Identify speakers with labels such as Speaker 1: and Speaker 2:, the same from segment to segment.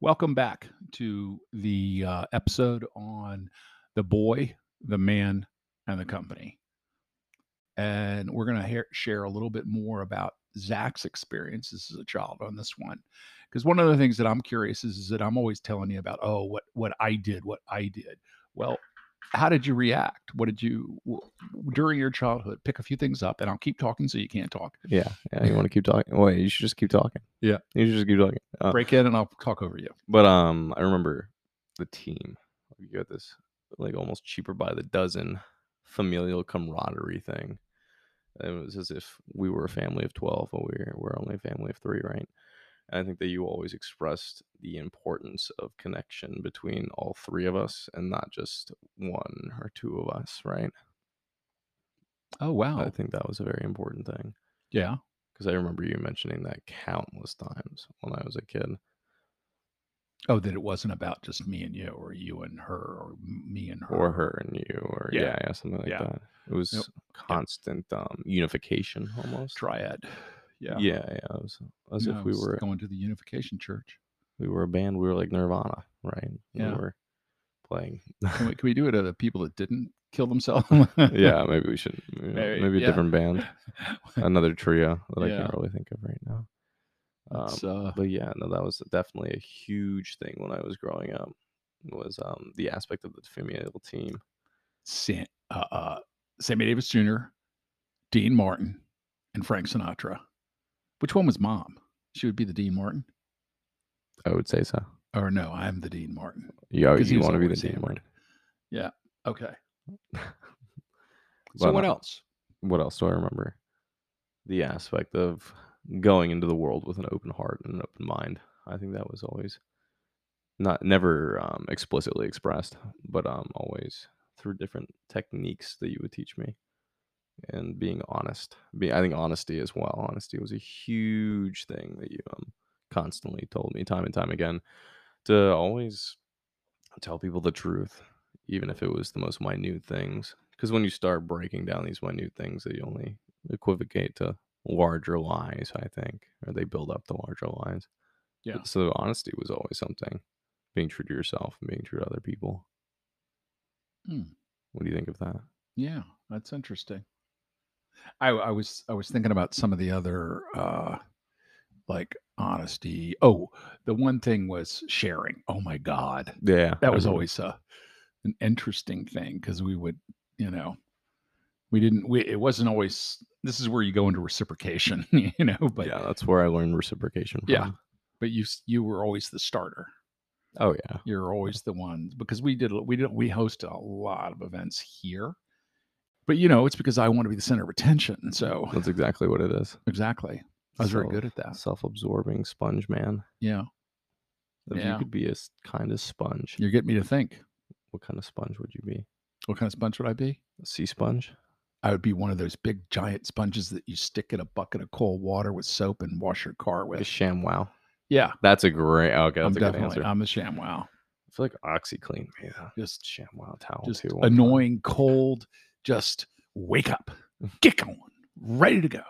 Speaker 1: Welcome back to the uh, episode on the boy, the man, and the company. And we're going to share a little bit more about Zach's experiences as a child on this one. Because one of the things that I'm curious is, is that I'm always telling you about, oh, what, what I did, what I did. Well, how did you react? What did you, w- during your childhood, pick a few things up, and I'll keep talking so you can't talk.
Speaker 2: Yeah, yeah. You want to keep talking? Wait, you should just keep talking.
Speaker 1: Yeah.
Speaker 2: you should just keep talking. Uh,
Speaker 1: Break in and I'll talk over you.
Speaker 2: But um, I remember the team. You got this like almost cheaper by the dozen familial camaraderie thing. It was as if we were a family of twelve, but we we're we're only a family of three, right? And I think that you always expressed the importance of connection between all three of us and not just one or two of us, right?
Speaker 1: Oh, wow.
Speaker 2: I think that was a very important thing.
Speaker 1: Yeah.
Speaker 2: because I remember you mentioning that countless times when I was a kid.
Speaker 1: Oh, that it wasn't about just me and you, or you and her, or m- me and her.
Speaker 2: or her and you or
Speaker 1: Yeah.
Speaker 2: yeah, yeah, something like
Speaker 1: Yeah.
Speaker 2: that. It was
Speaker 1: Yep.
Speaker 2: constant um unification almost.
Speaker 1: triad. Yeah.
Speaker 2: yeah, yeah. It was as
Speaker 1: No,
Speaker 2: if we
Speaker 1: it's
Speaker 2: were
Speaker 1: going to the Unification Church.
Speaker 2: we were a band, we were like Nirvana, right? And
Speaker 1: Yeah.
Speaker 2: We were playing.
Speaker 1: Can we, can we do it to the people that didn't kill themselves?
Speaker 2: yeah, maybe we should you know,
Speaker 1: Maybe,
Speaker 2: maybe, a
Speaker 1: yeah.
Speaker 2: different band. Another trio that I
Speaker 1: Yeah.
Speaker 2: can't really think of right now. Um,
Speaker 1: It's, uh,
Speaker 2: but yeah, no, that was definitely a huge thing when I was growing up was um the aspect of the familial team.
Speaker 1: Sam, uh, uh, Sammy Davis Jr., Dean Martin, and Frank Sinatra. Which one was mom? She would be the Dean Martin,
Speaker 2: I would say so.
Speaker 1: or no? I'm the Dean Martin.
Speaker 2: You, al-
Speaker 1: 'Cause he
Speaker 2: you
Speaker 1: was
Speaker 2: want to be the
Speaker 1: always
Speaker 2: team
Speaker 1: hammered.
Speaker 2: one.
Speaker 1: Okay. So
Speaker 2: But,
Speaker 1: what
Speaker 2: uh,
Speaker 1: else?
Speaker 2: What else do I remember? The aspect of going into the world with an open heart and an open mind. I think that was always not never um, explicitly expressed, but um, always through different techniques that you would teach me, and being honest. Be, I think honesty as well. Honesty was a huge thing that you um, constantly told me time and time again to always tell people the truth, even if it was the most minute things. Because when you start breaking down these minute things, they only equivocate to larger lies, I think, or they build up to larger lies.
Speaker 1: Yeah.
Speaker 2: So honesty was always something being true to yourself and being true to other people.
Speaker 1: Hmm.
Speaker 2: What do you think of that?
Speaker 1: Yeah, that's interesting. I, I was I was thinking about some of the other uh like honesty. Oh, the one thing was sharing. Oh my god.
Speaker 2: Yeah.
Speaker 1: That was always uh, an interesting thing cuz we would, you know, we didn't we it wasn't always this is where you go into reciprocation, you know, but
Speaker 2: yeah, that's where I learned reciprocation from.
Speaker 1: Yeah. but you s- you were always the starter.
Speaker 2: Oh yeah.
Speaker 1: You're always the one because we did we did we hosted a lot of events here. But you know, it's because I want to be the center of attention. So
Speaker 2: That's exactly what it is.
Speaker 1: Exactly. I was very good at that.
Speaker 2: Self absorbing sponge man.
Speaker 1: Yeah.
Speaker 2: If
Speaker 1: Yeah.
Speaker 2: you could be a s- kind of sponge,
Speaker 1: You're getting me to think.
Speaker 2: what kind of sponge would you be?
Speaker 1: What kind of sponge would I be?
Speaker 2: A sea sponge?
Speaker 1: I would be one of those big giant sponges that you stick in a bucket of cold water with soap and wash your car
Speaker 2: A
Speaker 1: with.
Speaker 2: sham wow.
Speaker 1: Yeah.
Speaker 2: That's a great okay, that's
Speaker 1: I'm
Speaker 2: a good
Speaker 1: definitely uh
Speaker 2: answer.
Speaker 1: I'm the sham wow.
Speaker 2: I feel like OxyClean made a
Speaker 1: Just
Speaker 2: sham wow towel
Speaker 1: just
Speaker 2: too. one time.
Speaker 1: annoying, cold, just wake up, get going, ready to go.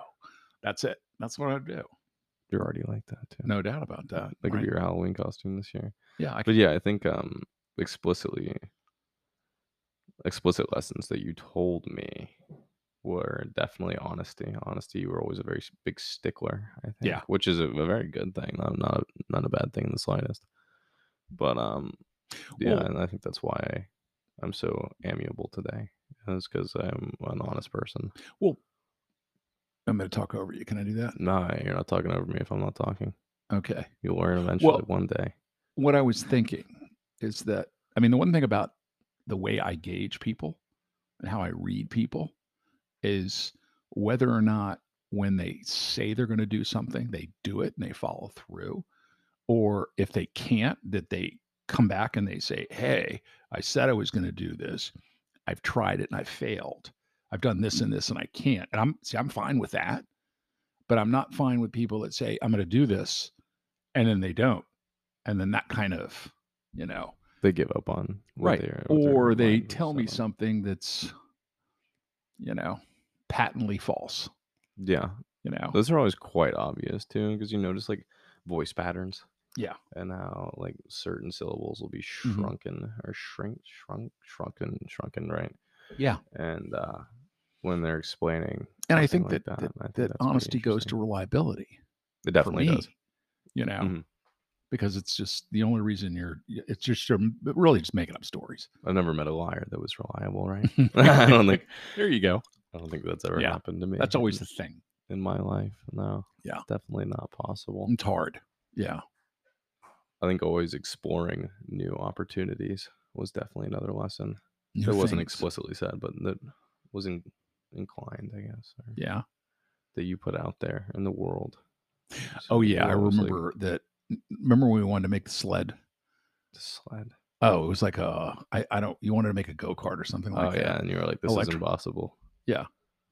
Speaker 1: That's it. That's what I do.
Speaker 2: You're already like that too.
Speaker 1: No doubt about that.
Speaker 2: That could
Speaker 1: right?
Speaker 2: be your Halloween costume this year.
Speaker 1: Yeah, I
Speaker 2: But yeah, I think um explicitly explicit lessons that you told me were definitely honesty. Honesty, you were always a very s- big stickler, I think.
Speaker 1: Yeah.
Speaker 2: Which is a, a very good thing. Not not not a bad thing in the slightest. But um yeah,
Speaker 1: Well-
Speaker 2: and I think that's why I'm so amiable today. It's because I'm an honest person.
Speaker 1: I'm gonna talk over you. Can I do that?
Speaker 2: No, you're not talking over me if I'm not talking.
Speaker 1: Okay.
Speaker 2: You'll learn eventually
Speaker 1: Well-
Speaker 2: one day.
Speaker 1: what I was thinking is that I mean the one thing about the way I gauge people and how I read people is whether or not when they say they're going to do something they do it and they follow through or if they can't that they come back and they say hey I said I was going to do this I've tried it and I failed I've done this and this and I can't and I'm see I'm fine with that but I'm not fine with people that say I'm going to do this and then they don't and then that kind of you know
Speaker 2: They give up on what they're- what they're
Speaker 1: or they
Speaker 2: planning,
Speaker 1: tell me
Speaker 2: so-
Speaker 1: something that's you know patently false
Speaker 2: Yeah,
Speaker 1: you know
Speaker 2: those are always quite obvious too, because you notice like voice patterns.
Speaker 1: Yeah.
Speaker 2: and how like certain syllables will be
Speaker 1: Mhm.
Speaker 2: shrunken or shrink shrunk shrunken shrunken right
Speaker 1: Yeah.
Speaker 2: and uh when they're explaining
Speaker 1: And I
Speaker 2: something
Speaker 1: think that,
Speaker 2: like that,
Speaker 1: that,
Speaker 2: I think
Speaker 1: that
Speaker 2: that's pretty
Speaker 1: honesty goes to
Speaker 2: interesting.
Speaker 1: reliability.
Speaker 2: it
Speaker 1: for
Speaker 2: definitely
Speaker 1: me,
Speaker 2: does
Speaker 1: You know,
Speaker 2: Mhm.
Speaker 1: because it's just the only reason you're, it's just, you're really just making up stories.
Speaker 2: i've never met a liar that was reliable right i don't think
Speaker 1: There you go.
Speaker 2: i don't think that's ever
Speaker 1: Yeah,
Speaker 2: happened to me
Speaker 1: That's always the
Speaker 2: in-
Speaker 1: thing.
Speaker 2: in my life no
Speaker 1: Yeah. Mm.
Speaker 2: it's definitely not possible
Speaker 1: It's hard. Yeah.
Speaker 2: i think always exploring new opportunities was definitely another lesson
Speaker 1: New
Speaker 2: that wasn't
Speaker 1: things.
Speaker 2: explicitly said, but that was in, inclined, I guess, or
Speaker 1: Yeah.
Speaker 2: that you put out there in the world. So
Speaker 1: Oh
Speaker 2: it
Speaker 1: yeah, I
Speaker 2: was like
Speaker 1: remember that. Remember when we wanted to make the sled?
Speaker 2: the sled.
Speaker 1: Oh, it was like a I, I don't. You wanted to make a go kart or something like
Speaker 2: oh
Speaker 1: that.
Speaker 2: yeah, and you were like, "This
Speaker 1: Electro-
Speaker 2: is impossible."
Speaker 1: Yeah. Mm.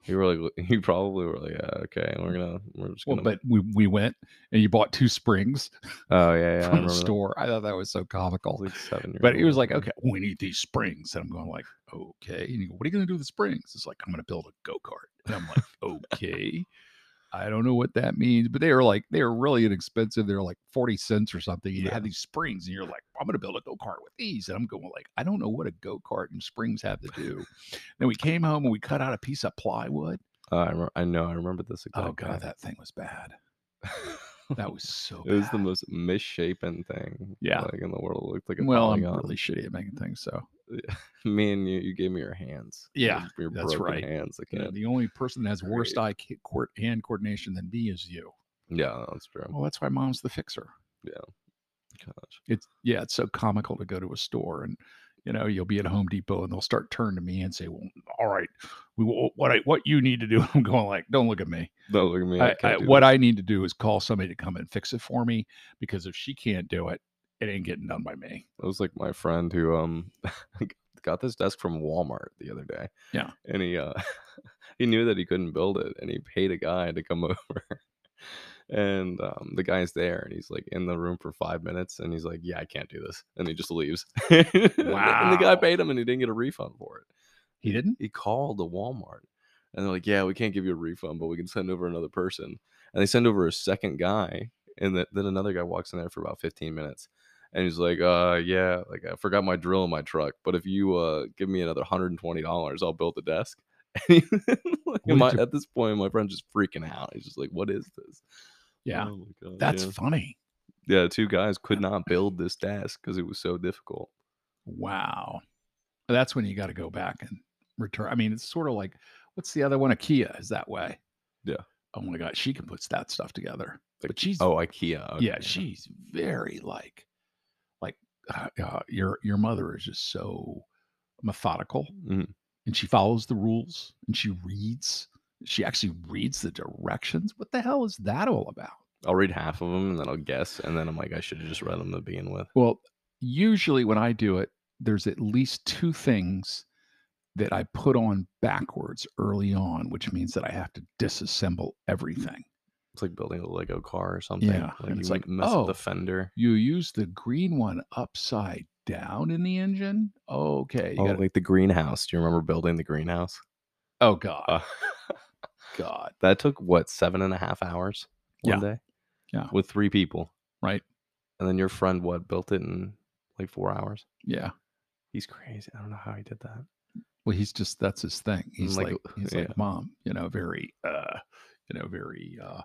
Speaker 2: you were like, you probably were like, yeah, "Okay, we're gonna, we're just
Speaker 1: Well,
Speaker 2: gonna."
Speaker 1: but we we went and you bought two springs
Speaker 2: oh yeah, yeah, I
Speaker 1: from
Speaker 2: remember
Speaker 1: the
Speaker 2: that.
Speaker 1: store. I thought that was so
Speaker 2: I was
Speaker 1: comical.
Speaker 2: like seven years
Speaker 1: But it
Speaker 2: old
Speaker 1: was
Speaker 2: or
Speaker 1: like,
Speaker 2: something.
Speaker 1: okay, we need these springs, and I'm going like, okay. And you go, what are you going to do with the springs? It's like I'm going to build a go kart, and I'm like, okay. I don't know what that means, but they were like they were really inexpensive. They were like forty cents or something. You
Speaker 2: Yeah.
Speaker 1: had these springs, and you're like, I'm gonna build a go kart with these, and I'm going like, I don't know what a go kart and springs have to do. then we came home and we cut out a piece of plywood.
Speaker 2: Uh, I, remember, I know, I remember this.
Speaker 1: Oh
Speaker 2: exact
Speaker 1: god,
Speaker 2: day.
Speaker 1: that thing was bad. That was so.
Speaker 2: it was the
Speaker 1: bad.
Speaker 2: most misshapen thing.
Speaker 1: Yeah.
Speaker 2: like in the world, it looked like a
Speaker 1: well. I'm
Speaker 2: polygon.
Speaker 1: really shitty at making things, so
Speaker 2: Me and you, you gave me your hands.
Speaker 1: Yeah,
Speaker 2: your, your
Speaker 1: that's
Speaker 2: broken
Speaker 1: right.
Speaker 2: hands
Speaker 1: you know,
Speaker 2: again.
Speaker 1: the only person that has worse
Speaker 2: Great.
Speaker 1: eye ca- coor- hand coordination than me is you.
Speaker 2: Yeah, that's true. Oh
Speaker 1: Well, Oh, that's why mom's the fixer.
Speaker 2: Gosh.
Speaker 1: it's yeah, it's so comical to go to a store and you know you'll be at Home Depot and they'll start turning to me and say, "Well, all right, we will- what I what you need to do." I'm going like, "Don't look at me.
Speaker 2: Don't look at me. I,
Speaker 1: I, I,
Speaker 2: can't do
Speaker 1: what
Speaker 2: this.
Speaker 1: I need to do is call somebody to come and fix it for me because if she can't do it, it ain't getting done by me."
Speaker 2: It was like my friend who um got this desk from Walmart the other day.
Speaker 1: Yeah.
Speaker 2: And he uh he knew that he couldn't build it and he paid a guy to come over. And um, the guy's there, and he's like in the room for five minutes, and he's like, "Yeah, I can't do this," and he just leaves. And the- and the guy
Speaker 1: Wow.
Speaker 2: paid him, and he didn't get a refund for it.
Speaker 1: He didn't.
Speaker 2: He called the Walmart, and they're like, "Yeah, we can't give you a refund, but we can send over another person." And they send over a second guy, and th- then another guy walks in there for about 15 minutes, and he's like, "Uh, yeah, like I forgot my drill in my truck, but if you uh give me another 120 dollars, I'll build the desk." like,
Speaker 1: did
Speaker 2: my,
Speaker 1: you-
Speaker 2: At this point, my friend's just freaking out. He's just like, "What is this?"
Speaker 1: Yeah,
Speaker 2: Oh my God,
Speaker 1: that's
Speaker 2: yeah.
Speaker 1: funny.
Speaker 2: yeah. Two guys could not build this desk because it was so difficult.
Speaker 1: Wow, that's when you got to go back and return. I mean, it's sort of like what's the other one? A Kia is that way.
Speaker 2: Yeah.
Speaker 1: Oh my God, she can put that stuff together.
Speaker 2: Like,
Speaker 1: But she's
Speaker 2: Oh, IKEA.
Speaker 1: yeah
Speaker 2: okay.
Speaker 1: she's very like like uh, uh, your your mother is just so methodical
Speaker 2: Mhm.
Speaker 1: and she follows the rules and she reads she actually reads the directions what the hell is that all about
Speaker 2: I'll read half of them and then I'll guess, and then I'm like, I should have just read them to begin with.
Speaker 1: well usually when i do it there's at least two things that i put on backwards early on which means that i have to disassemble everything
Speaker 2: It's like building a Lego car or something.
Speaker 1: Yeah,
Speaker 2: like
Speaker 1: and
Speaker 2: you
Speaker 1: it's
Speaker 2: m-
Speaker 1: like,
Speaker 2: mess up
Speaker 1: oh.
Speaker 2: the fender.
Speaker 1: you use the green one upside down in the engine okay you
Speaker 2: Oh,
Speaker 1: gotta-
Speaker 2: like the greenhouse. Do you remember building the greenhouse?
Speaker 1: oh god
Speaker 2: Uh,
Speaker 1: god
Speaker 2: that took what seven and a half hours one day.
Speaker 1: Yeah.
Speaker 2: with three people,
Speaker 1: Right.
Speaker 2: And then your friend what built it in like four hours.
Speaker 1: Yeah.
Speaker 2: He's crazy. I don't know how he did that.
Speaker 1: Well, he's just that's his thing. He's
Speaker 2: Mm, like, uh,
Speaker 1: like, he's
Speaker 2: yeah.
Speaker 1: like mom, you know, very uh, you know, very uh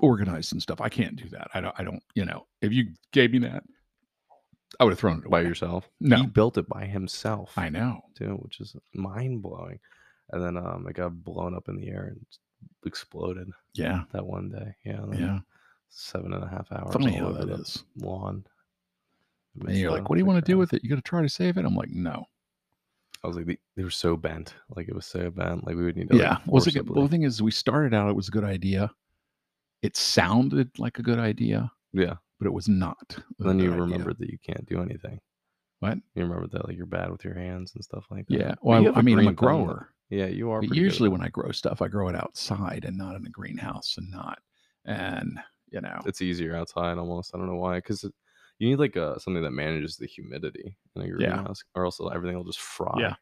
Speaker 1: organized and stuff. I can't do that. I don't I don't, you know, if you gave me that, I would have thrown it
Speaker 2: By
Speaker 1: away.
Speaker 2: yourself? He
Speaker 1: No.
Speaker 2: built it by himself.
Speaker 1: I know.
Speaker 2: too, which is mind blowing. And then um, it got blown up in the air and exploded
Speaker 1: Yeah.
Speaker 2: that one day. Yeah, and then
Speaker 1: Yeah.
Speaker 2: seven and a half hours.
Speaker 1: Funny
Speaker 2: all
Speaker 1: how
Speaker 2: over
Speaker 1: that
Speaker 2: the
Speaker 1: is.
Speaker 2: lawn. It
Speaker 1: And
Speaker 2: messed
Speaker 1: you're
Speaker 2: up
Speaker 1: like, what do you
Speaker 2: the
Speaker 1: want to do
Speaker 2: ground.
Speaker 1: with it? You gonna try to save it? I'm like, no.
Speaker 2: I was like, they, they were so bent. Like it was so bent. Like we would need to.
Speaker 1: yeah.
Speaker 2: Like,
Speaker 1: Was it good?
Speaker 2: forcibly-
Speaker 1: Well, the thing is, we started out. It was a good idea. It sounded like a good idea,
Speaker 2: yeah.
Speaker 1: but it was not. a
Speaker 2: And then
Speaker 1: good
Speaker 2: you
Speaker 1: idea.
Speaker 2: remembered that you can't do anything.
Speaker 1: What?
Speaker 2: You remember that like you're bad with your hands and stuff like that.
Speaker 1: Yeah.
Speaker 2: But
Speaker 1: Well,
Speaker 2: you
Speaker 1: I,
Speaker 2: have
Speaker 1: I mean, I'm a
Speaker 2: green thumb, though.
Speaker 1: grower.
Speaker 2: Yeah, you are.
Speaker 1: But
Speaker 2: pretty good at
Speaker 1: usually
Speaker 2: it.
Speaker 1: when I grow stuff, I grow it outside and not in a greenhouse and not and you know
Speaker 2: it's easier outside almost. I don't know why, because you need like uh, something that manages the humidity in a greenhouse, or else everything will just fry.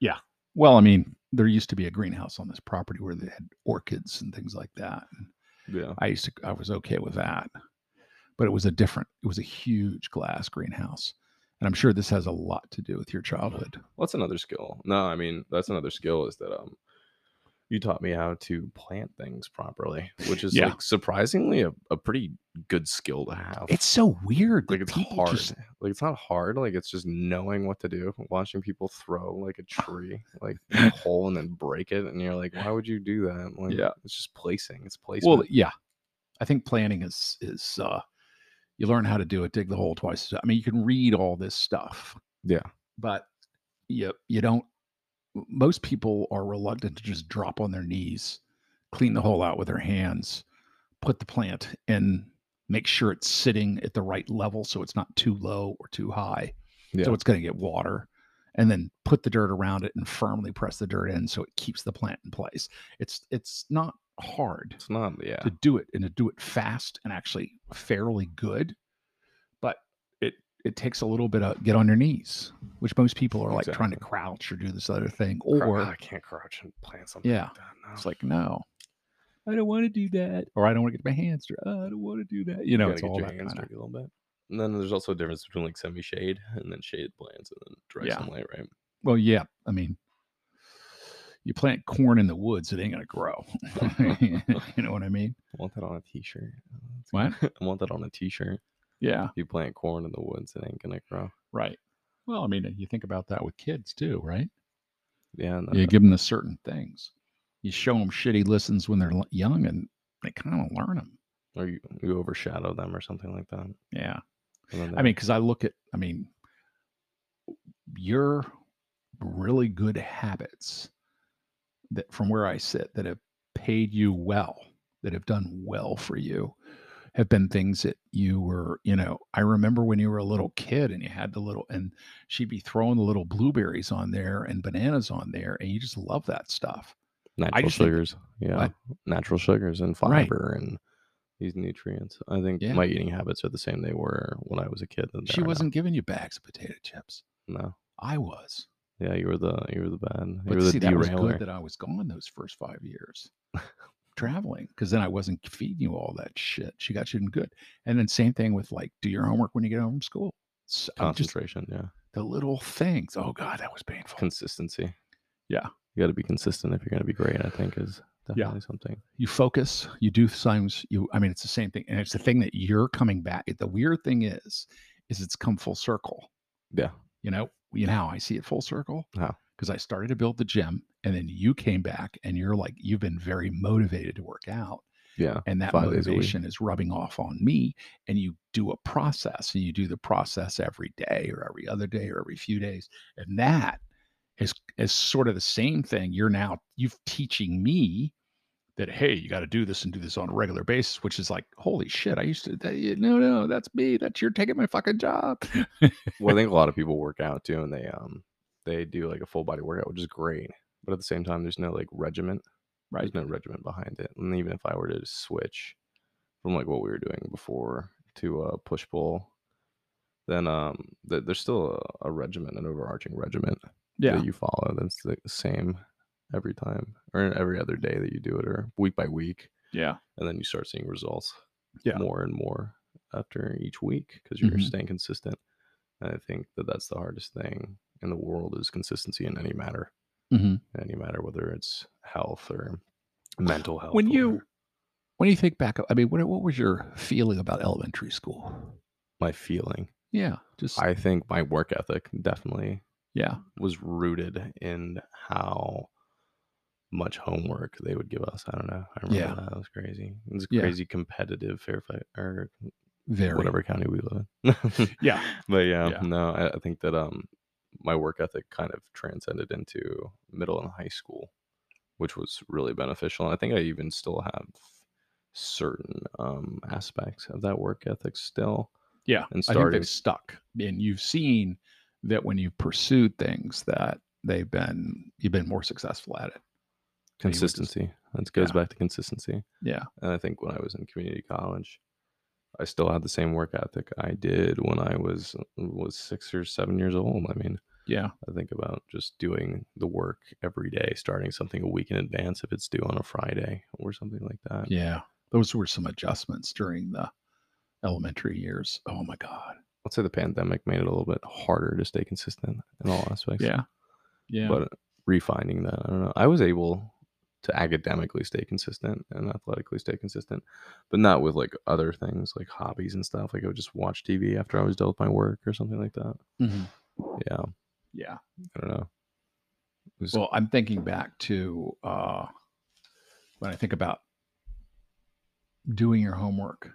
Speaker 1: Yeah. well, I mean, there used to be a greenhouse on this property where they had orchids and things like that. and
Speaker 2: Yeah.
Speaker 1: I used to I was okay with that. but it was a different, it was a huge glass greenhouse. And I'm sure this has a lot to do with your childhood.
Speaker 2: Well, that's another skill. No, I mean that's another skill is that um, you taught me how to plant things properly, which is
Speaker 1: Yeah.
Speaker 2: like surprisingly a, a pretty good skill to have.
Speaker 1: It's so weird. that
Speaker 2: like it's
Speaker 1: people
Speaker 2: hard.
Speaker 1: just-
Speaker 2: Like it's not hard. Like it's just knowing what to do. Watching people throw like a tree, like in a hole, and then break it, and you're like, why would you do that? Like,
Speaker 1: Yeah.
Speaker 2: it's just placing. It's placing.
Speaker 1: well, yeah. I think planning is is uh you learn how to do it, dig the hole twice. I mean, you can read all this stuff.
Speaker 2: Yeah.
Speaker 1: But you you don't most people are reluctant to just drop on their knees, clean the hole out with their hands, put the plant in, make sure it's sitting at the right level so it's not too low or too high.
Speaker 2: Yeah.
Speaker 1: So it's going to get water. And then put the dirt around it and firmly press the dirt in so it keeps the plant in place. It's it's not hard
Speaker 2: it's not. Yeah,
Speaker 1: to do it and to do it fast and actually fairly good. But it it takes a little bit of get on your knees, which most people are like trying to
Speaker 2: Exactly. ah,
Speaker 1: crouch or do this other thing.
Speaker 2: Crou-
Speaker 1: Or
Speaker 2: I can't crouch and plant something.
Speaker 1: Yeah.
Speaker 2: like that. No.
Speaker 1: it's like, no, I don't want to do that. Or I don't want to get my hands dirty. Oh, I don't want to do that. You know,
Speaker 2: gotta
Speaker 1: it's
Speaker 2: get
Speaker 1: all
Speaker 2: your
Speaker 1: that
Speaker 2: hands
Speaker 1: kinda-
Speaker 2: dirty a little bit. And then there's also a difference between like semi-shade and then shaded plants and then direct
Speaker 1: Yeah.
Speaker 2: sunlight, right?
Speaker 1: Well, yeah. I mean, you plant corn in the woods, it ain't gonna grow. you know what I mean?
Speaker 2: I want that on a t-shirt. Oh, That's
Speaker 1: What?
Speaker 2: good. I want that on a t-shirt.
Speaker 1: Yeah.
Speaker 2: You plant corn in the woods, it ain't gonna grow.
Speaker 1: Right. Well, I mean, you think about that with kids too, right?
Speaker 2: Yeah, and then
Speaker 1: You give them the certain things. You show them shitty listens when they're l- young, and they kind of learn them.
Speaker 2: or you, you overshadow them or something like that.
Speaker 1: Yeah.
Speaker 2: And then
Speaker 1: I mean, because I look at, I mean, your really good habits that from where I sit that have paid you well, that have done well for you, have been things that you were, you know, I remember when you were a little kid and you had the little, and she'd be throwing the little blueberries on there and bananas on there, and you just love that stuff.
Speaker 2: natural
Speaker 1: just think that-
Speaker 2: sugars. Yeah,
Speaker 1: What?
Speaker 2: natural sugars and
Speaker 1: Right.
Speaker 2: fiber and these nutrients. I think
Speaker 1: Yeah.
Speaker 2: my eating habits are the same they were when I was a kid. than they
Speaker 1: She
Speaker 2: are now.
Speaker 1: wasn't giving you bags of potato chips.
Speaker 2: No.
Speaker 1: I was.
Speaker 2: Yeah, you were the you were the bad. You
Speaker 1: But
Speaker 2: were the
Speaker 1: see, that was
Speaker 2: derailer.
Speaker 1: good that I was gone those first five years traveling because then I wasn't feeding you all that shit. She got you in good. And then same thing with like, do your homework when you get home from school. S- I'm just
Speaker 2: Concentration. yeah.
Speaker 1: the little things. Oh God, that was painful.
Speaker 2: consistency.
Speaker 1: Yeah.
Speaker 2: You got to be consistent if you're going to be great, I think is
Speaker 1: Yeah.
Speaker 2: definitely something.
Speaker 1: you focus you do things you i mean it's the same thing and it's the thing that you're coming back the weird thing is is it's come full circle
Speaker 2: Yeah.
Speaker 1: you know you know how i see it full circle
Speaker 2: How?
Speaker 1: because i started to build the gym and then you came back and you're like you've been very motivated to work out
Speaker 2: Yeah.
Speaker 1: and that
Speaker 2: Five days a week.
Speaker 1: motivation is rubbing off on me and you do a process and you do the process every day or every other day or every few days and that is is sort of the same thing you're now you've teaching me that hey you got to do this and do this on a regular basis which is like holy shit i used to that, no no that's me that's you're taking my fucking job
Speaker 2: Well, I think a lot of people work out too and they um they do like a full body workout, which is great. But at the same time, there's no like regiment.
Speaker 1: right
Speaker 2: There's no regiment behind it. And even if I were to switch from like what we were doing before to uh push pull, then um th- there's still a, a regiment, an overarching regiment
Speaker 1: yeah
Speaker 2: that you follow that's the same every time or every other day that you do it or week by week.
Speaker 1: yeah
Speaker 2: and then you start seeing results
Speaker 1: Yeah.
Speaker 2: more and more after each week because you're
Speaker 1: Mhm.
Speaker 2: staying consistent and i think that that's the hardest thing in the world is consistency in any matter
Speaker 1: hmm
Speaker 2: in any matter whether it's health or mental health
Speaker 1: when
Speaker 2: or
Speaker 1: you when you think back i mean what, what was your feeling about elementary school
Speaker 2: my feeling
Speaker 1: yeah just
Speaker 2: i think my work ethic definitely
Speaker 1: yeah
Speaker 2: was rooted in how much homework they would give us i don't know i remember
Speaker 1: Yeah.
Speaker 2: that it was crazy it was
Speaker 1: Yeah.
Speaker 2: crazy competitive fairfight or
Speaker 1: very
Speaker 2: whatever county we live in.
Speaker 1: Yeah.
Speaker 2: But yeah,
Speaker 1: Yeah.
Speaker 2: no, I, I think that um my work ethic kind of transcended into middle and high school, which was really beneficial. And I think I even still have certain um aspects of that work ethic still.
Speaker 1: yeah
Speaker 2: and
Speaker 1: i think
Speaker 2: starting-
Speaker 1: they've stuck and you've seen that when you've pursued things that they've been you've been more successful at it And you were just-
Speaker 2: Consistency. That goes
Speaker 1: yeah.
Speaker 2: back to consistency.
Speaker 1: yeah
Speaker 2: And I think when I was in community college, I still had the same work ethic I did when I was was six or seven years old. I mean,
Speaker 1: yeah
Speaker 2: I think about just doing the work every day, starting something a week in advance if it's due on a Friday or something like that.
Speaker 1: yeah those were some adjustments during the elementary years. Oh my God.
Speaker 2: I'd say the pandemic made it a little bit harder to stay consistent in all aspects.
Speaker 1: Yeah. Yeah.
Speaker 2: But refining that, I don't know. I was able to academically stay consistent and athletically stay consistent, but not with like other things like hobbies and stuff. Like I would just watch TV after I was done with my work or something like that.
Speaker 1: Mhm.
Speaker 2: Yeah.
Speaker 1: Yeah.
Speaker 2: I don't know. It was
Speaker 1: Well, I'm thinking back to uh, when I think about doing your homework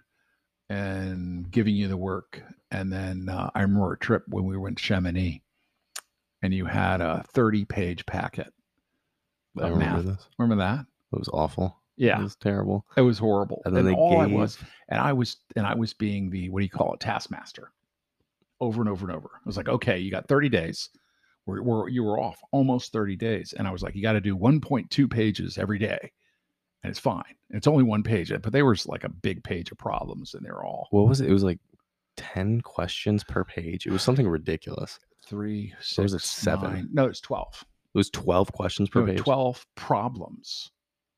Speaker 1: and giving you the work. And then uh, I remember a trip when we went to Chamonix and you had a 30 page packet.
Speaker 2: I
Speaker 1: of
Speaker 2: remember
Speaker 1: math.
Speaker 2: this.
Speaker 1: Remember that?
Speaker 2: It was awful. It
Speaker 1: Yeah.
Speaker 2: was terrible.
Speaker 1: It was horrible.
Speaker 2: And then they
Speaker 1: all I
Speaker 2: gave-
Speaker 1: was and I was and I was being the what do you call it taskmaster over and over and over. I was like, okay, you got 30 days. We're, we're, you were off almost 30 days. And I was like, you got to do 1.2 pages every day. And it's fine. And it's only one page. But they were just like a big page of problems and they're all
Speaker 2: What was it? It was like 10 questions per page. It was something ridiculous.
Speaker 1: three,
Speaker 2: Or
Speaker 1: six,
Speaker 2: was it seven?
Speaker 1: nine- No, it's 12.
Speaker 2: It was 12 questions per
Speaker 1: There were
Speaker 2: page
Speaker 1: 12 problems.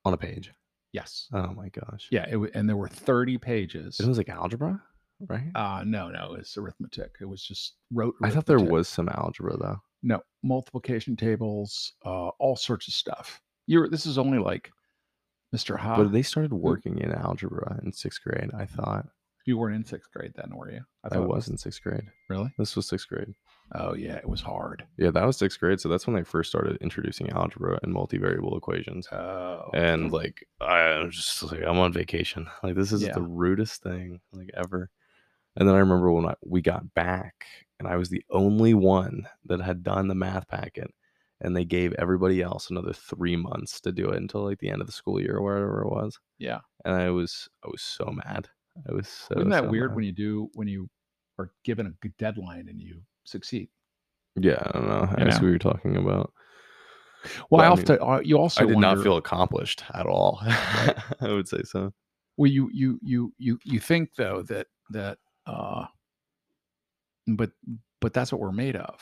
Speaker 2: on a page.
Speaker 1: Yes.
Speaker 2: Oh my gosh.
Speaker 1: Yeah. It, w- and there were 30 pages.
Speaker 2: It was like algebra, right?
Speaker 1: Uh, no, no, it's arithmetic. It was just wrote.
Speaker 2: I thought there
Speaker 1: arithmetic.
Speaker 2: was some algebra though.
Speaker 1: no multiplication tables uh all sorts of stuff you're this is only like mr ha
Speaker 2: But they started working in algebra in sixth grade. I thought
Speaker 1: you weren't in sixth grade then were you
Speaker 2: I,
Speaker 1: thought it
Speaker 2: was in sixth grade.
Speaker 1: really
Speaker 2: This was sixth grade.
Speaker 1: oh yeah it was hard
Speaker 2: Yeah, that was sixth grade. So that's when they first started introducing algebra and multivariable equations.
Speaker 1: oh
Speaker 2: And like, I was just like, I'm on vacation. Like, this is
Speaker 1: Yeah.
Speaker 2: the rudest thing like ever. And then I remember when I, we got back, and I was the only one that had done the math packet, and they gave everybody else another three months to do it until like the end of the school year or whatever it was.
Speaker 1: yeah
Speaker 2: And I was, I was so mad. I was so.
Speaker 1: isn't that
Speaker 2: so
Speaker 1: weird
Speaker 2: mad.
Speaker 1: when you do when you are given a good deadline and you succeed
Speaker 2: Yeah, I don't know.
Speaker 1: You
Speaker 2: As
Speaker 1: know?
Speaker 2: we were talking about,
Speaker 1: well, I
Speaker 2: Well, I mean,
Speaker 1: often uh, you also
Speaker 2: I did not
Speaker 1: wonder-
Speaker 2: feel accomplished at all. I would say so.
Speaker 1: well you you you you you think though that that uh but but that's what we're made of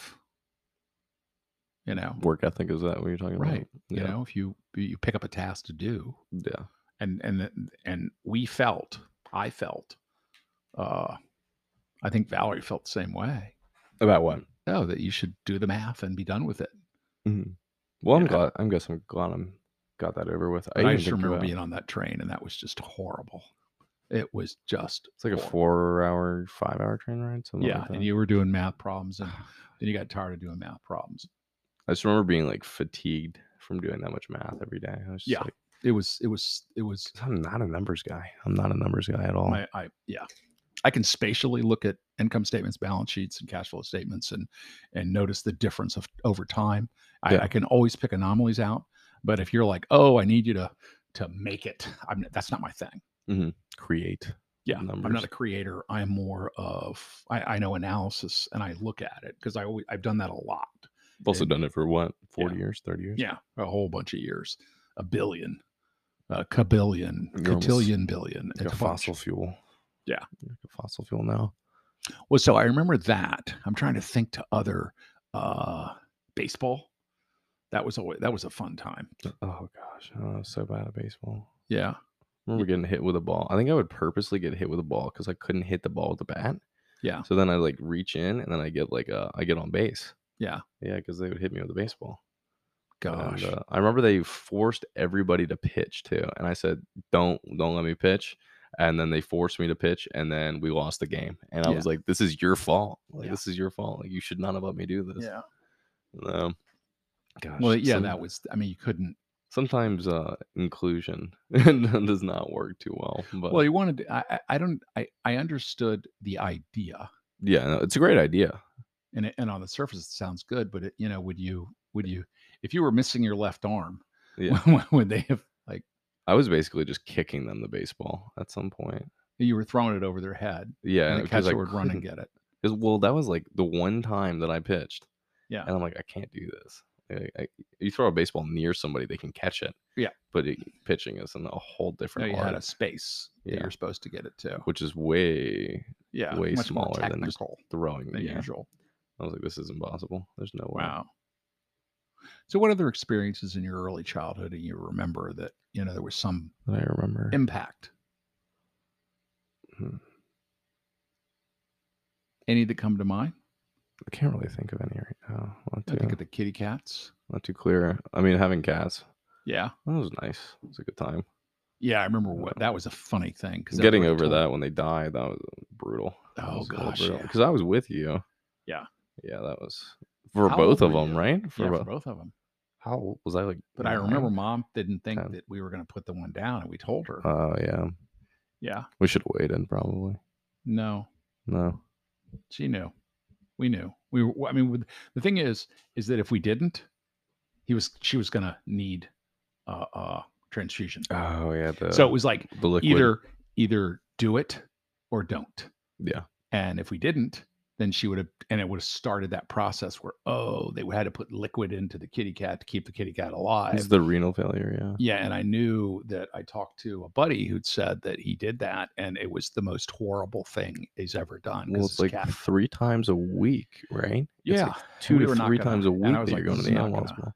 Speaker 1: you know
Speaker 2: Work ethic is that what you're talking
Speaker 1: Right,
Speaker 2: about?
Speaker 1: you
Speaker 2: Yeah.
Speaker 1: know if you you pick up a task to do
Speaker 2: Yeah.
Speaker 1: and and th- and we felt i felt uh i think valerie felt the same way
Speaker 2: About what?
Speaker 1: oh that you should do the math and be done with it
Speaker 2: Mm-hmm. Well, I'm
Speaker 1: Yeah.
Speaker 2: glad. I'm guess I'm glad I'm got that over with.
Speaker 1: i,
Speaker 2: didn't
Speaker 1: just
Speaker 2: think
Speaker 1: remember
Speaker 2: about-
Speaker 1: being on that train and that was just horrible it was just
Speaker 2: It's like a
Speaker 1: horrible.
Speaker 2: four-hour, five-hour train ride. Something
Speaker 1: yeah
Speaker 2: like that.
Speaker 1: and you were doing math problems and then you got tired of doing math problems
Speaker 2: I just remember being like fatigued from doing that much math every day. I was just
Speaker 1: Yeah.
Speaker 2: like,
Speaker 1: it was it was it was
Speaker 2: 'Cause I'm not a numbers guy. I'm not a numbers guy at all.
Speaker 1: my I yeah. I can spatially look at income statements, balance sheets, and cash flow statements and and notice the difference of over time. I,
Speaker 2: Yeah.
Speaker 1: I can always pick anomalies out. But if you're like, oh, I need you to to make it, I'm that's not my thing.
Speaker 2: Create.
Speaker 1: Yeah. I'm
Speaker 2: Numbers.
Speaker 1: not a creator. I'm more of I, I know analysis and I look at it because I always, I've done that a lot.
Speaker 2: I've also
Speaker 1: And-
Speaker 2: done it for what? Forty years, thirty years.
Speaker 1: Yeah. A whole bunch of years. A billion. A cabillion,
Speaker 2: You're almost-
Speaker 1: cotillion billion.
Speaker 2: Like
Speaker 1: it's
Speaker 2: a
Speaker 1: a bunch.
Speaker 2: fossil fuel.
Speaker 1: Yeah.
Speaker 2: Like a fossil fuel now.
Speaker 1: Well, so I remember that. I'm trying to think to other uh baseball. That was always that was a fun time.
Speaker 2: Oh gosh, I was so bad at baseball.
Speaker 1: Yeah.
Speaker 2: remember getting hit with a ball. I think I would purposely get hit with a ball because I couldn't hit the ball with the bat.
Speaker 1: Yeah.
Speaker 2: So then I like reach in and then I get like uh, I get on base.
Speaker 1: Yeah.
Speaker 2: Yeah, because they would hit me with a baseball. And,
Speaker 1: Gosh.
Speaker 2: uh, I remember they forced everybody to pitch too, and I said, "Don't, don't let me pitch." And then they forced me to pitch, and then we lost the game. And I
Speaker 1: Yeah.
Speaker 2: was like, "This is your fault. Like
Speaker 1: Yeah.
Speaker 2: this is your fault. Like you should not have let me do this." Um, gosh.
Speaker 1: Well, yeah,
Speaker 2: some-
Speaker 1: that was I mean you couldn't
Speaker 2: sometimes uh, inclusion does not work too well. But
Speaker 1: well you wanted to, I I- I don't I, I understood the idea
Speaker 2: yeah, no, it's a great idea.
Speaker 1: and it, and on the surface it sounds good, but it, you know, would you would you if you were missing your left arm,
Speaker 2: Yeah.
Speaker 1: would they have like
Speaker 2: I was basically just kicking them the baseball at some point.
Speaker 1: you were throwing it over their head
Speaker 2: Yeah,
Speaker 1: and the
Speaker 2: because I
Speaker 1: catcher would run and
Speaker 2: couldn't-
Speaker 1: get it.
Speaker 2: 'cause- well, that was like the one time that I pitched.
Speaker 1: Yeah.
Speaker 2: and I'm like, I can't do this. Like, I, you throw a baseball near somebody, they can catch it.
Speaker 1: Yeah.
Speaker 2: but it, pitching is in a whole
Speaker 1: No,
Speaker 2: different
Speaker 1: you
Speaker 2: art,
Speaker 1: had a space that
Speaker 2: Yeah.
Speaker 1: you're supposed to get it to.
Speaker 2: which is way
Speaker 1: Yeah.
Speaker 2: way
Speaker 1: much more
Speaker 2: smaller than just
Speaker 1: technical
Speaker 2: throwing.
Speaker 1: than
Speaker 2: yeah.
Speaker 1: usual.
Speaker 2: I was like, this is impossible. There's no way.
Speaker 1: Wow. So, what other experiences in your early childhood do you remember that you know there was some
Speaker 2: that I remember.
Speaker 1: impact? Any that come to mind?
Speaker 2: I can't really think of any right now. Not
Speaker 1: I
Speaker 2: too,
Speaker 1: think of the kitty cats.
Speaker 2: not too clear. I mean, having cats
Speaker 1: Yeah.
Speaker 2: that was nice. It was a good time.
Speaker 1: Yeah, I remember what that was a funny thing because
Speaker 2: Getting over that when they died, that was brutal.
Speaker 1: Oh, gosh, yeah.
Speaker 2: because I was with you.
Speaker 1: Yeah.
Speaker 2: yeah, that was for
Speaker 1: How
Speaker 2: both
Speaker 1: old
Speaker 2: of
Speaker 1: were
Speaker 2: them,
Speaker 1: you?
Speaker 2: right?
Speaker 1: for,
Speaker 2: For,
Speaker 1: yeah,
Speaker 2: bo-
Speaker 1: for both of them.
Speaker 2: how old was I? Like,
Speaker 1: But I
Speaker 2: nine?
Speaker 1: remember mom didn't think
Speaker 2: Ten.
Speaker 1: that we were going to put the one down, and we told her.
Speaker 2: Oh yeah,
Speaker 1: yeah,
Speaker 2: we should wait in probably.
Speaker 1: no,
Speaker 2: No,
Speaker 1: she knew. We knew. We were. I mean, with- the thing is, is that if we didn't, he was. She was going to need uh, uh transfusion.
Speaker 2: oh yeah, the,
Speaker 1: so it was like
Speaker 2: the liquid.
Speaker 1: either either do it or don't.
Speaker 2: yeah,
Speaker 1: And if we didn't, then she would have, and it would have started that process where, oh, they had to put liquid into the kitty cat to keep the kitty cat alive.
Speaker 2: it's the renal failure. Yeah,
Speaker 1: Yeah, and I knew that I talked to a buddy who'd said that he did that, and it was the most horrible thing he's ever done. 'cause
Speaker 2: well, it's
Speaker 1: his
Speaker 2: like
Speaker 1: cat-
Speaker 2: three times a week, right? It's
Speaker 1: yeah,
Speaker 2: like two
Speaker 1: we
Speaker 2: to
Speaker 1: were not
Speaker 2: three
Speaker 1: gonna-
Speaker 2: times a
Speaker 1: and I
Speaker 2: week
Speaker 1: was
Speaker 2: that
Speaker 1: like,
Speaker 2: you're going
Speaker 1: "This
Speaker 2: to
Speaker 1: is
Speaker 2: the
Speaker 1: not
Speaker 2: animal
Speaker 1: gonna-
Speaker 2: hospital.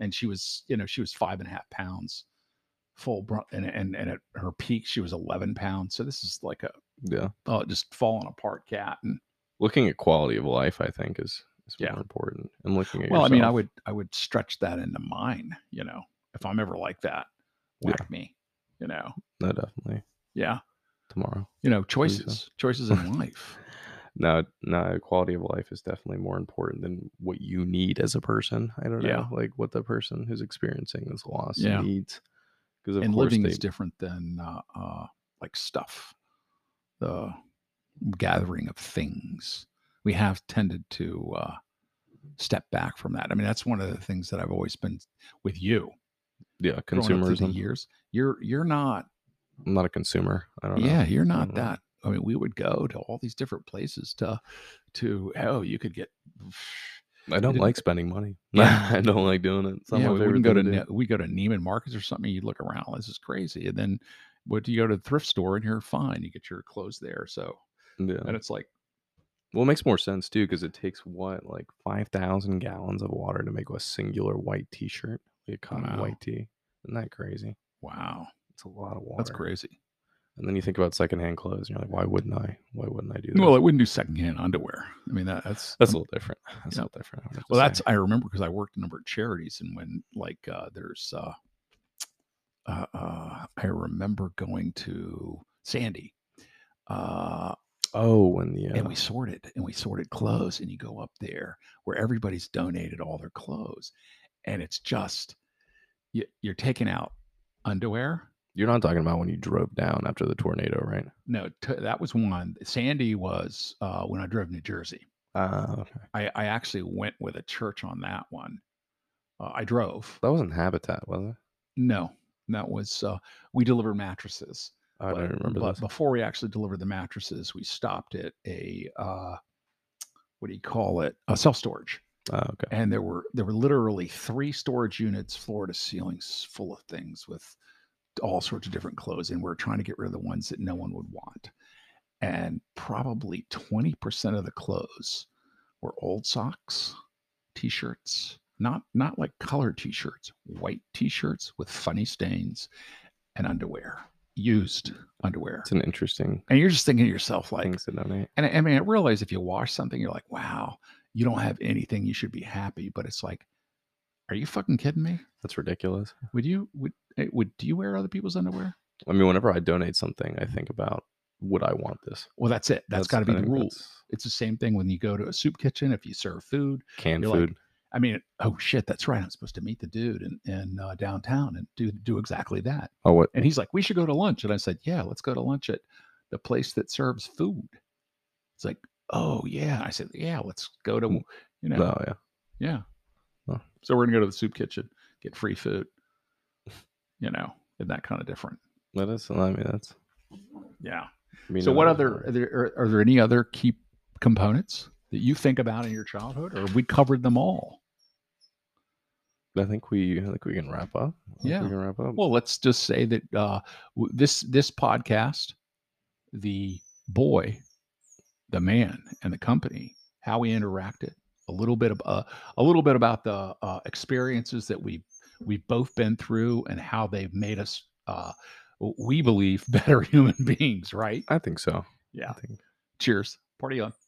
Speaker 1: and she was, you know, she was five and a half pounds, full, br- and and and at her peak she was eleven pounds. So this is like a
Speaker 2: Yeah,
Speaker 1: oh, just falling apart cat. And
Speaker 2: looking at quality of life, I think is is
Speaker 1: Yeah.
Speaker 2: more important. And looking at
Speaker 1: well, I mean, I
Speaker 2: yourself.
Speaker 1: would I would stretch that into mine. You know, if I'm ever like that,
Speaker 2: Yeah.
Speaker 1: whack me. You know,
Speaker 2: no definitely
Speaker 1: yeah,
Speaker 2: tomorrow.
Speaker 1: you know,
Speaker 2: Believe so.
Speaker 1: choices, choices in life.
Speaker 2: No, no, quality of life is definitely more important than what you need as a person. I don't
Speaker 1: Yeah.
Speaker 2: know, like what the person who's experiencing this loss
Speaker 1: Yeah.
Speaker 2: needs. Because of
Speaker 1: and
Speaker 2: course
Speaker 1: living
Speaker 2: they,
Speaker 1: is different than uh, uh, like stuff, the gathering of things. We have tended to uh, step back from that. I mean, that's one of the things that I've always been with you.
Speaker 2: yeah,
Speaker 1: growing up through the
Speaker 2: consumerism.
Speaker 1: years. You're you're not.
Speaker 2: I'm not a consumer. I don't know. Mm-hmm.
Speaker 1: Yeah, you're not
Speaker 2: don't know.
Speaker 1: that. I mean, we would go to all these different places to to oh, you could get.
Speaker 2: I don't
Speaker 1: didn't-
Speaker 2: like spending money.
Speaker 1: Yeah.
Speaker 2: I don't like doing it. It's not
Speaker 1: yeah,
Speaker 2: my
Speaker 1: we
Speaker 2: favorite
Speaker 1: wouldn't go to
Speaker 2: thing
Speaker 1: Ne-
Speaker 2: do.
Speaker 1: we go to Neiman Marcus or something. You look around, this is crazy. And then, what do you go to the thrift store and you're fine. You get your clothes there. So
Speaker 2: Yeah.
Speaker 1: and it's like
Speaker 2: Well, it makes more sense too because it takes what like five thousand gallons of water to make a singular white T-shirt, like a cotton
Speaker 1: Wow.
Speaker 2: white tee. Isn't that crazy?
Speaker 1: Wow,
Speaker 2: It's a lot of water.
Speaker 1: that's crazy.
Speaker 2: And then you think about secondhand clothes, and you're like, why wouldn't I? Why wouldn't I do that?
Speaker 1: Well, I wouldn't do secondhand underwear. I mean, that, that's
Speaker 2: That's a
Speaker 1: um,
Speaker 2: little different. That's
Speaker 1: yeah.
Speaker 2: a little different. I would have to
Speaker 1: well, that's
Speaker 2: say.
Speaker 1: I remember because I worked a number of charities, and when like uh, there's, uh, uh, uh, I remember going to Sandy, uh,
Speaker 2: oh, when the uh,
Speaker 1: and we sorted and we sorted clothes, and you go up there where everybody's donated all their clothes, and it's just you, you're taking out underwear.
Speaker 2: you're not talking about when you drove down after the tornado, right?
Speaker 1: No, t- that was one. Sandy was uh, when I drove New Jersey.
Speaker 2: Uh, okay.
Speaker 1: I, I actually went with a church on that one. Uh, I drove.
Speaker 2: that wasn't Habitat, was it?
Speaker 1: No, that was uh, we delivered mattresses.
Speaker 2: I don't remember
Speaker 1: but
Speaker 2: this.
Speaker 1: before we actually delivered the mattresses, we stopped at a uh, what do you call it? A self storage,
Speaker 2: Oh, okay.
Speaker 1: and there were there were literally three storage units, floor to ceiling, s- full of things with all sorts of different clothes, and we're trying to get rid of the ones that no one would want. And probably twenty percent of the clothes were old socks, t-shirts, not not like colored t-shirts, white t-shirts with funny stains, and underwear, used underwear.
Speaker 2: It's an interesting
Speaker 1: And you're just thinking to yourself, like,
Speaker 2: things to donate.
Speaker 1: and I, I mean, I realize if you wash something, you're like, wow, you don't have anything, you should be happy. But it's like, are you fucking kidding me?
Speaker 2: That's ridiculous.
Speaker 1: Would you would eh, would do you wear other people's underwear?
Speaker 2: I mean, whenever I donate something, I think about would I want this?
Speaker 1: Well, that's it. that's got to be
Speaker 2: I
Speaker 1: the
Speaker 2: think
Speaker 1: rule.
Speaker 2: that's
Speaker 1: It's the same thing when you go to a soup kitchen. If you serve food,
Speaker 2: Canned
Speaker 1: You're like,
Speaker 2: food.
Speaker 1: I mean, oh shit, that's right. I'm supposed to meet the dude in, in uh, downtown and do do exactly that.
Speaker 2: oh, what?
Speaker 1: And he's like, we should go to lunch. And I said, yeah, let's go to lunch at the place that serves food. It's like, oh yeah. I said, yeah, let's go to
Speaker 2: Mm.
Speaker 1: you know,
Speaker 2: Oh, yeah.
Speaker 1: yeah.
Speaker 2: Oh.
Speaker 1: So we're gonna go to the soup kitchen, get free food. You know, isn't that kind of different?
Speaker 2: That is. I mean, that's.
Speaker 1: Yeah.
Speaker 2: I mean,
Speaker 1: so
Speaker 2: no,
Speaker 1: what
Speaker 2: that's
Speaker 1: other
Speaker 2: not-
Speaker 1: are there, are, are there any other key components that you think about in your childhood or have we covered them all
Speaker 2: I think we. I think we can wrap up. I think
Speaker 1: Yeah.
Speaker 2: we can wrap up.
Speaker 1: well let's just say that uh, w- this this podcast the boy the man and the company how we interacted a little bit of uh, a little bit about the uh, experiences that we we've both been through and how they've made us uh, w- we believe better human beings right
Speaker 2: I think so.
Speaker 1: yeah
Speaker 2: I think.
Speaker 1: cheers party on